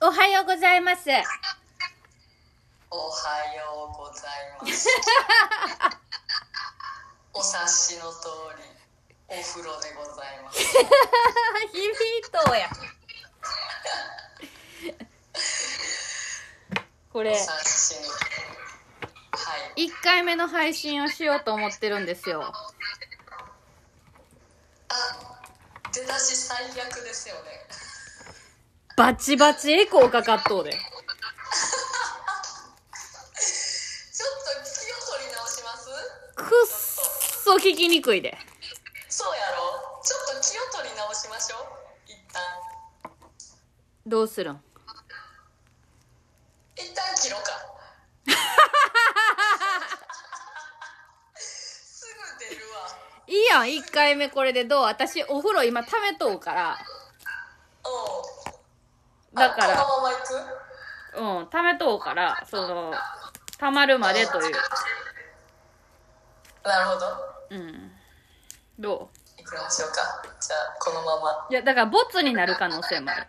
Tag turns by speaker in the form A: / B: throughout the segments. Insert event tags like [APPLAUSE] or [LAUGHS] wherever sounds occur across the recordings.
A: おはようござい [LAUGHS] ます。
B: おはようございます。
A: [LAUGHS]
B: お察しの通り、お風呂でございます。
A: 響いとうや。 [LAUGHS] こ
B: お
A: れ、
B: 察しの通り。はい。
A: 1回目の配信をしようと思ってるんですよ。
B: あ、出だし最悪ですよね。
A: バチバチエコーかかっとうで。
B: ちょっと気を取り直します
A: くっそ聞きにくいで。
B: そうやろちょっと気を取り直しましょう。一旦。
A: どうするん
B: 一旦
A: [LAUGHS]
B: 切ろうか。すぐ出るわ。
A: いいやん、1回目これでどう私、お風呂今溜めとうから。
B: おう
A: だか
B: あ
A: ら、
B: このまま行く
A: うん、溜めとうから、その、溜まるまでという。
B: なるほど。
A: うん。ど
B: 行きましょうか。じゃあ、このまま。
A: ういや、だから、ボツになる可能性もある。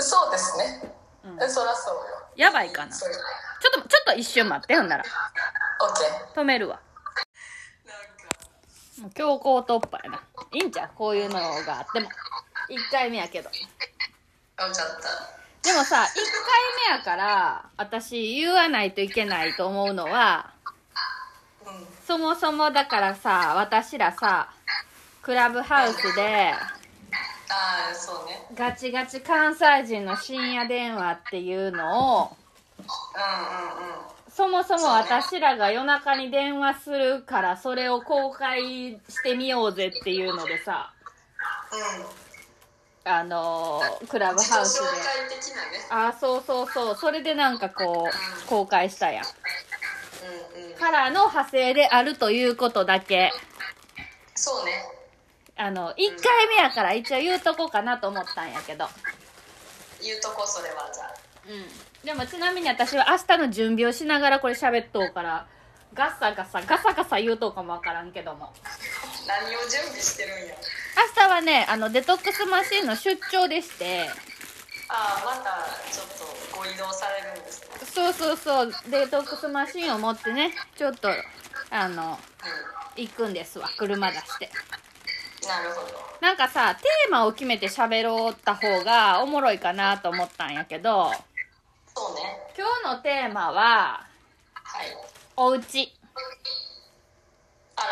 B: そうですね。
A: うん
B: えそらそうよ。
A: やばいかな。ち
B: そ
A: ょ
B: うよ。
A: っと、ちょっと一瞬待って、ほんなら。
B: オッケー。
A: 止めるわ。
B: なんか、
A: もう強行突破やな。いいんちゃうこういうのがあっても。1回目やけど。
B: わかった。
A: でもさ、1回目やから、私言わないといけないと思うのは、
B: うん。
A: そもそもだからさ、私らさ、クラブハウスで、
B: ああ、そうね。
A: ガチガチ関西人の深夜電話っていうのを、
B: うんうんうん。
A: そもそも私らが夜中に電話するからそれを公開してみようぜっていうのでさ
B: うん。
A: あのークラブ
B: 自己
A: ハウスで
B: 紹介的なね。
A: ああそうそうそうそれでなんかこう公開したやん
B: うんうん。
A: からの派生であるということだけ
B: そうね。
A: あの1回目やから一応言うとこかなと思ったんやけど
B: 言うとこ、それはじゃあ。
A: うんでもちなみに私は明日の準備をしながらこれ喋っとうからガッサガサガサガサ言うとうかもわからんけども
B: 何を準備してるんや。
A: 明日はねあのデトックスマシンの出張でして
B: ああ、また、ちょっとご移動されるんですね。
A: そうそうそうデトックスマシンを持ってねちょっとあの
B: う
A: 行くんですわ車出して
B: ん。なるほど。
A: なんかさテーマを決めて喋ろうった方がおもろいかなと思ったんやけど
B: そうね。
A: 今日のテーマは
B: はい。
A: おうち
B: あら、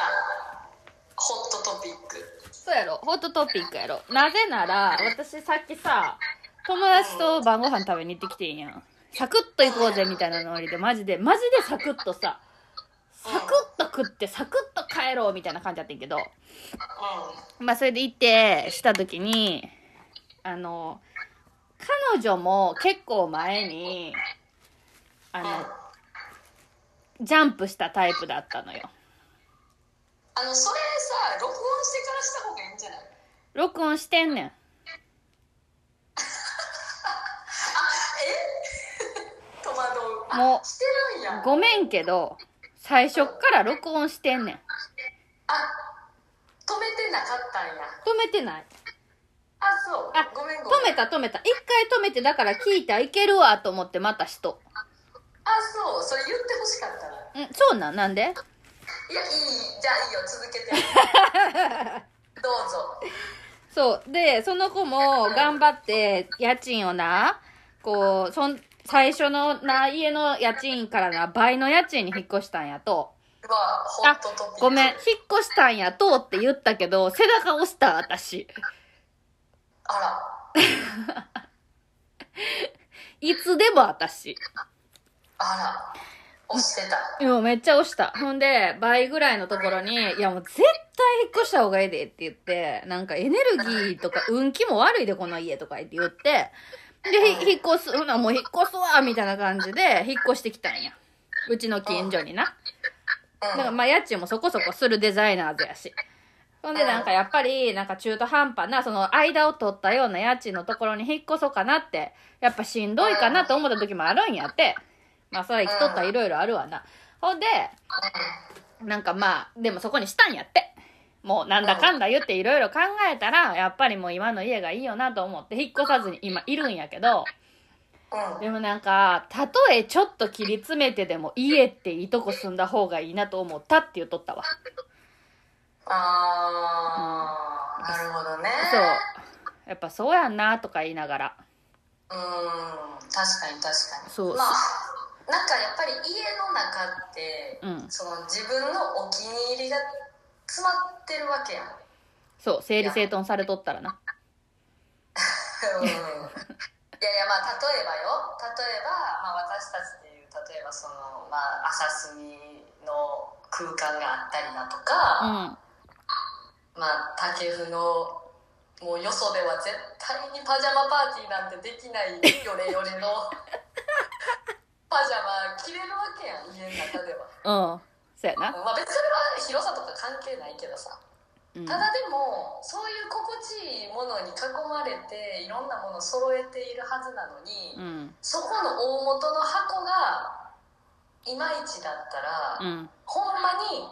B: ホットトピック。
A: そうやろホットトピックやろなぜなら私さっきさ友達と晩ご飯食べに行ってきてんやんサクッと行こうぜみたいなノリでマジでマジでサクッとさサクッと食ってサクッと帰ろうみたいな感じやってんけど
B: う
A: まあそれで行ってした時にあの彼女も結構前にあ
B: ん。うん
A: のジャンプしたタイプだったのよ
B: あのそれさ録音してからした方がいいんじゃない
A: 録音してんねん
B: 戸惑うあ
A: もう
B: してるんや
A: ごめんけど最初っから録音してんねん
B: あ止めてなかったんや
A: 止めてない
B: あそう
A: あ
B: ごめんご
A: 止
B: めん
A: めた止めた一回止めてだから聞いたらいけるわと思ってまたしと
B: あそうそれ言ってほしかったな
A: うんそうなんなんで
B: いやいいじゃあいいよ続
A: [LAUGHS]
B: けてどうぞ
A: そうでその子も頑張って家賃をなこうそん最初のな家の家賃からな倍の家賃に引っ越したんやと
B: うわホットトピック
A: ごめん引っ越したんやとって言ったけど背中押した私
B: あら
A: いつでも私
B: あら押してた
A: いやめっちゃ押したほんで倍ぐらいのところに「いやもう絶対引っ越した方がいいで」って言ってなんかエネルギー [LAUGHS] とか運気も悪いでこの家とか言って言ってでひ引っ越すほなもう引っ越すわみたいな感じで引っ越してきたんやうちの近所になだ
B: うん
A: からまあ家賃もそこそこするデザイナーズやしほんでなんかやっぱりなんか中途半端なその間を取ったような家賃のところに引っ越そうかなってやっぱしんどいかなと思った時もあるんやってまあそれは生きとったらいろいろあるわなほんでなんかまあでもそこにしたんやってもうなんだかんだ言っていろいろ考えたらやっぱりもう今の家がいいよなと思って引っ越さずに今いるんやけど
B: うん
A: でもなんか、たとえちょっと切り詰めてでも家っていいとこ住んだ方がいいなと思ったって言っとったわ。
B: あー、なるほどね
A: そう。やっぱそうやんなとか言いながら。
B: うーん確かに確かに
A: そう
B: まあなんかやっぱり家の中って、
A: うん。
B: その自分のお気に入りが詰まってるわけやん
A: そう、整理整頓されとったらな。
B: うん [LAUGHS] いやいやまあ例えばよ例えば、まあ、私たちでいう例えばその、まあ、朝住みの空間があったりだと
A: う
B: か、
A: ん。
B: まあ竹生のもうよそでは絶対にパジャマパーティーなんてできないよれよれ [LAUGHS] のパジャマ着れるわけやん家の中では。
A: うん。そうやな。
B: まあ、別にそれは広さとか関係ないけどさ
A: うん。
B: ただでもそういう心地いいものに囲まれていろんなものを揃えているはずなのに、
A: うん。
B: そこの大元の箱がいまいちだったら、
A: うん。
B: ほんまに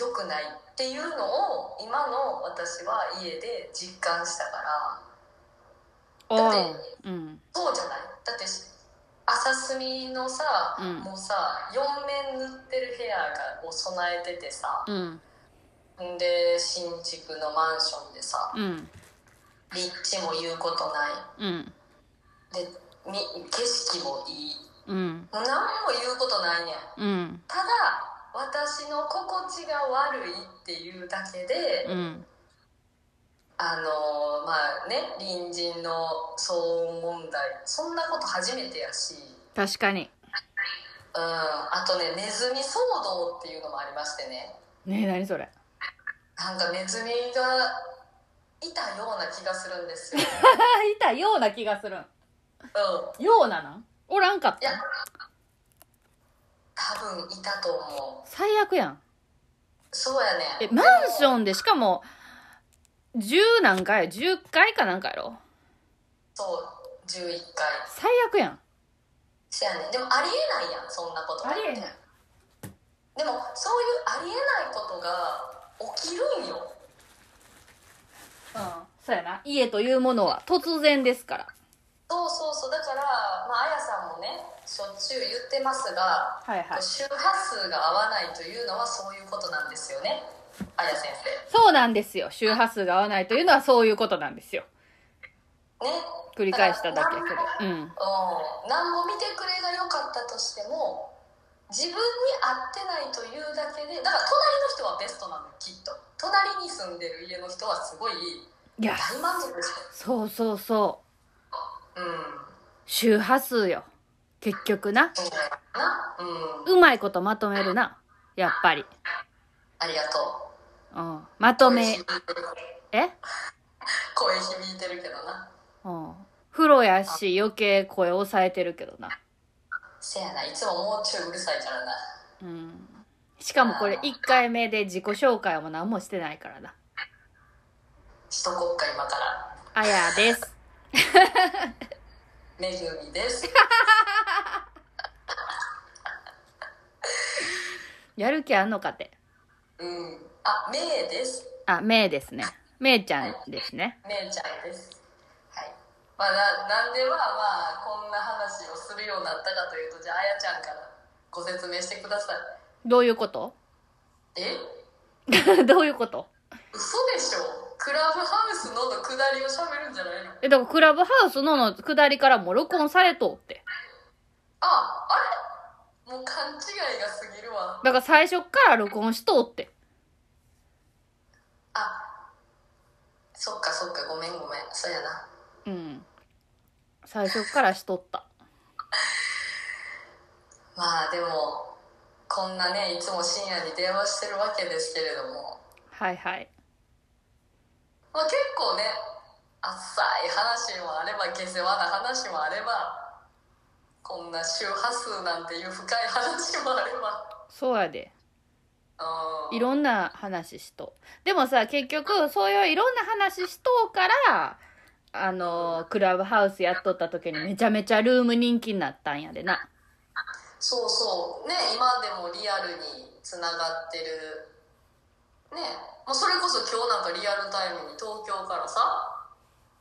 B: 良くないっていうのを今の私は家で実感したから
A: お
B: だ
A: う
B: って。
A: うん。
B: そうじゃないだって朝住みのさ、
A: うん
B: もうさ4面塗ってる部屋がを備えててさ、
A: うん。
B: んで新築のマンションでさ
A: うん。
B: 立地も言うことない
A: うん。
B: でみ景色もいい
A: うん。
B: もう何も言うことないねん
A: うん。
B: ただ私の心地が悪いっていうだけで、
A: うん。
B: あのーまあね隣人の騒音問題そんなこと初めてやし
A: 確かに。
B: うんあとねネズミ騒動っていうのもありましてね
A: ねえ、何それ。
B: なんかネズミがいたような気がするんですよ、
A: あ、 [LAUGHS] いたような気がするん。
B: うん
A: ようななんおらんかっ
B: いや
A: た
B: 多分いたと思う
A: 最悪やん。
B: そうやね
A: え、マンションでしかも、10何回 ?10 回かなんかやろ
B: そう11回
A: 最悪やん。
B: そうやねでもありえないやんそんなこと
A: ありえない
B: でもそういうありえないことが起きるんよ
A: うん。そうやな。家というものは突然ですから。
B: そうそうそうだからまああやさんもねしょっちゅう言ってますが、
A: はいはい
B: 周波数が合わないというのはそういうことなんですよねあや先生
A: そうなんですよ。周波数が合わないというのはそういうことなんですよ。
B: ね
A: 繰り返しただけやけど。うん。
B: うん、何も見てくれが良かったとしても自分に合ってないというだけでだから隣の人はベストなのよきっと隣に住んでる家の人はすごい
A: いや、
B: 大満足して
A: そうそうそう。
B: るうん
A: 周波数よ。結局な。
B: そうだよなうん
A: うまいことまとめるな。やっぱり。
B: ありがとう
A: うん。まとめ、え
B: 声響いてるけどな
A: うん。風呂やし余計声抑えてるけどな。
B: せやないつももうちょいうるさいからな
A: うん。しかもこれ1回目で自己紹介も何もしてないからな。
B: しとこっか今から
A: あやです。
B: めぐみです
A: やる気あんのかて。
B: うんあめいです
A: あ、めいですね。めいちゃんですね。
B: 姉ちゃんです。はい。まあ、な、なんでは、まあ、こんな話をするようになったかというと、じゃあ、あやちゃんからご説明してください。
A: どういうこと [LAUGHS]
B: え
A: どういうこと
B: 嘘でしょクラブハウスのの下りを喋るんじゃないの
A: え、だからクラブハウスのの下りからもう録音されとうって。
B: あ、あれもう勘違いがすぎるわ。
A: だから最初っから録音しとうって。
B: あ、そっかそっか、ごめんごめん。そうやな。
A: うん。最初っからしとった。
B: まあ、でも、こんなね、いつも深夜に電話してるわけですけれども、
A: はいはい。
B: まあ、結構ね浅い話もあれば下世話な話もあればこんな周波数なんていう深い話もあれば
A: そうやで。
B: うん
A: いろんな話しとう。でもさ、結局、そういういろんな話しとうから、あの、クラブハウスやっとった時にめちゃめちゃルーム人気になったんやでな。
B: そうそうね今でもリアルにつながってるねもうそれこそ今日なんかリアルタイムに東京からさ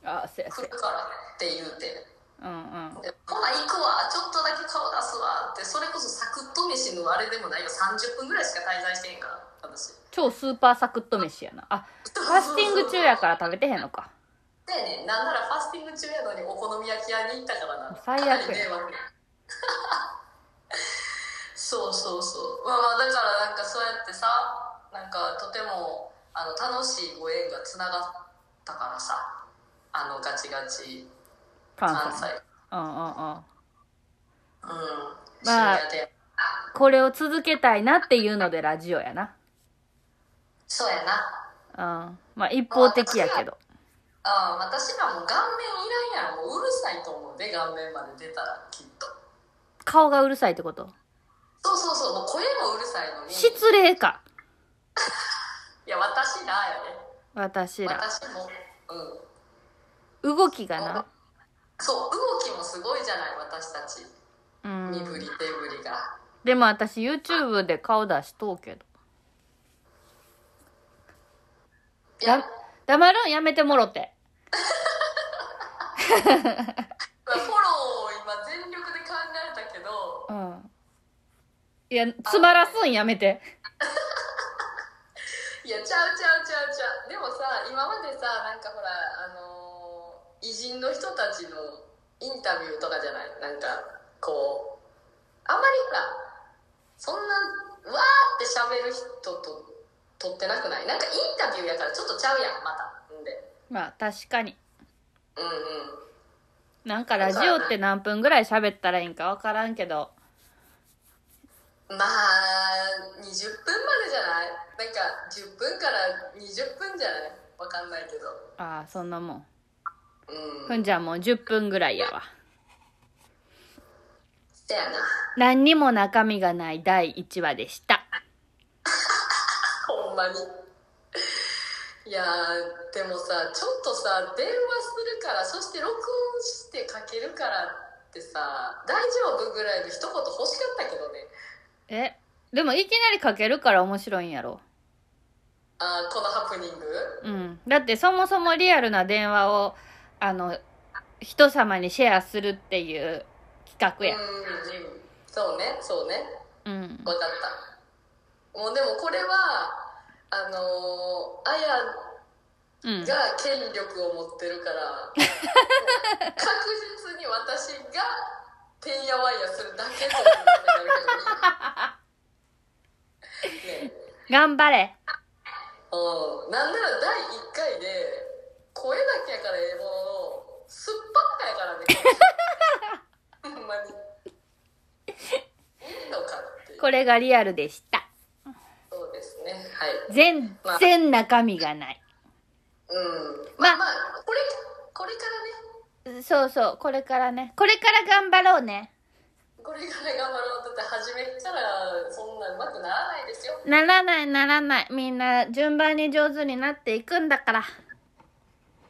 A: あ、そうやそ
B: 来
A: う
B: るからって言うて
A: や。うんうん
B: でほな行くわちょっとだけ顔出すわってそれこそサクッと飯のあれでもないよ30分ぐらいしか滞在してへんから私
A: 超スーパーサクッと飯やなあファスティング中やから食べてへんのか
B: でねなんならファスティング中やのにお好み焼き屋に行ったからな
A: 最悪や
B: かなり迷惑そうそうそうまあまあだからなんかそうやってさなんかとてもあの楽しいご縁がつながったからさあのガチガチ
A: 関
B: 関
A: 西
B: 西
A: うんうんうん
B: うん
A: まあ
B: 深夜で
A: これを続けたいなっていうのでラジオやな
B: そうやな
A: うんまあ一方的やけど
B: ああ私らも顔面いらんやろもううるさいと思うで顔面まで出たらきっと
A: 顔がうるさいってこと
B: そうそうそうもう声もうるさいのにい
A: 失礼か
B: や私らやね
A: 私ら
B: 私もうん
A: 動きがな
B: そう動きもすごいじゃない私たち
A: う
B: 身振
A: ん
B: り手振りが
A: でも私 YouTube で顔出しとうけど
B: いや、
A: だ黙るんやめてもろて
B: フォローを今全力で考えたけど
A: うんいやつまらすんやめて [LAUGHS]
B: いやちゃうちゃうちゃうちゃうでもさ今までさなんかほらあのー偉人の人たちのインタビューとかじゃないなんかこうあんまりほらそんなわーって喋る人と撮ってなくないなんかインタビューやからちょっとちゃうやんまたんで
A: まあ確かに
B: うんうん
A: なんかラジオって何分ぐらい喋ったらいいんか分からんけど
B: まあ20分までじゃないなんか10分から20分じゃないわかんないけど
A: ああそんなもん
B: うん
A: ふんじゃんもう10分ぐらいやわ
B: せやな
A: 何にも中身がない第1話でした
B: ほんまに [LAUGHS] いやーでもさちょっとさ電話するからそして録音してかけるからってさ大丈夫ぐらいの一言欲しかったけどね
A: えでもいきなりかけるから面白いんやろ
B: あーこのハプニング
A: うんだってそもそもリアルな電話をあの人様にシェアするっていう企画
B: うん
A: や
B: うんそうねそうね
A: うん
B: わかったもうでもこれはあのー、あや
A: うん
B: が権力を持ってるから
A: [LAUGHS]
B: 確実に私がてんやわんやするだけということにな
A: [LAUGHS]
B: るけどねね
A: 頑張れ
B: うんなんなら第1回で声だけやからええもののすっぱっか
A: [LAUGHS]
B: やからねこの人ほんまにいいのかっていう
A: これがリアルでした
B: そうですねはい
A: 全然中身がない
B: うん
A: まあ
B: まあまあこれこれからね
A: そうそうこれからねこれから頑張ろうね
B: これから頑張ろうだって始めたらそんなうまくならないですよ
A: ならないならないみんな順番に上手になっていくんだから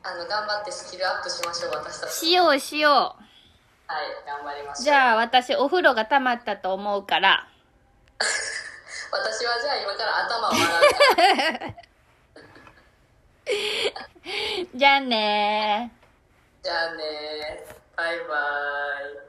B: あの頑張ってスキルアップしましょう私たち
A: しようしよ
B: はい頑張りまし
A: う
B: ょう
A: じゃあ私お風呂が溜まったと思うから
B: 私はじゃあ今から頭を洗うから
A: じゃあねー
B: じゃあねバイバイ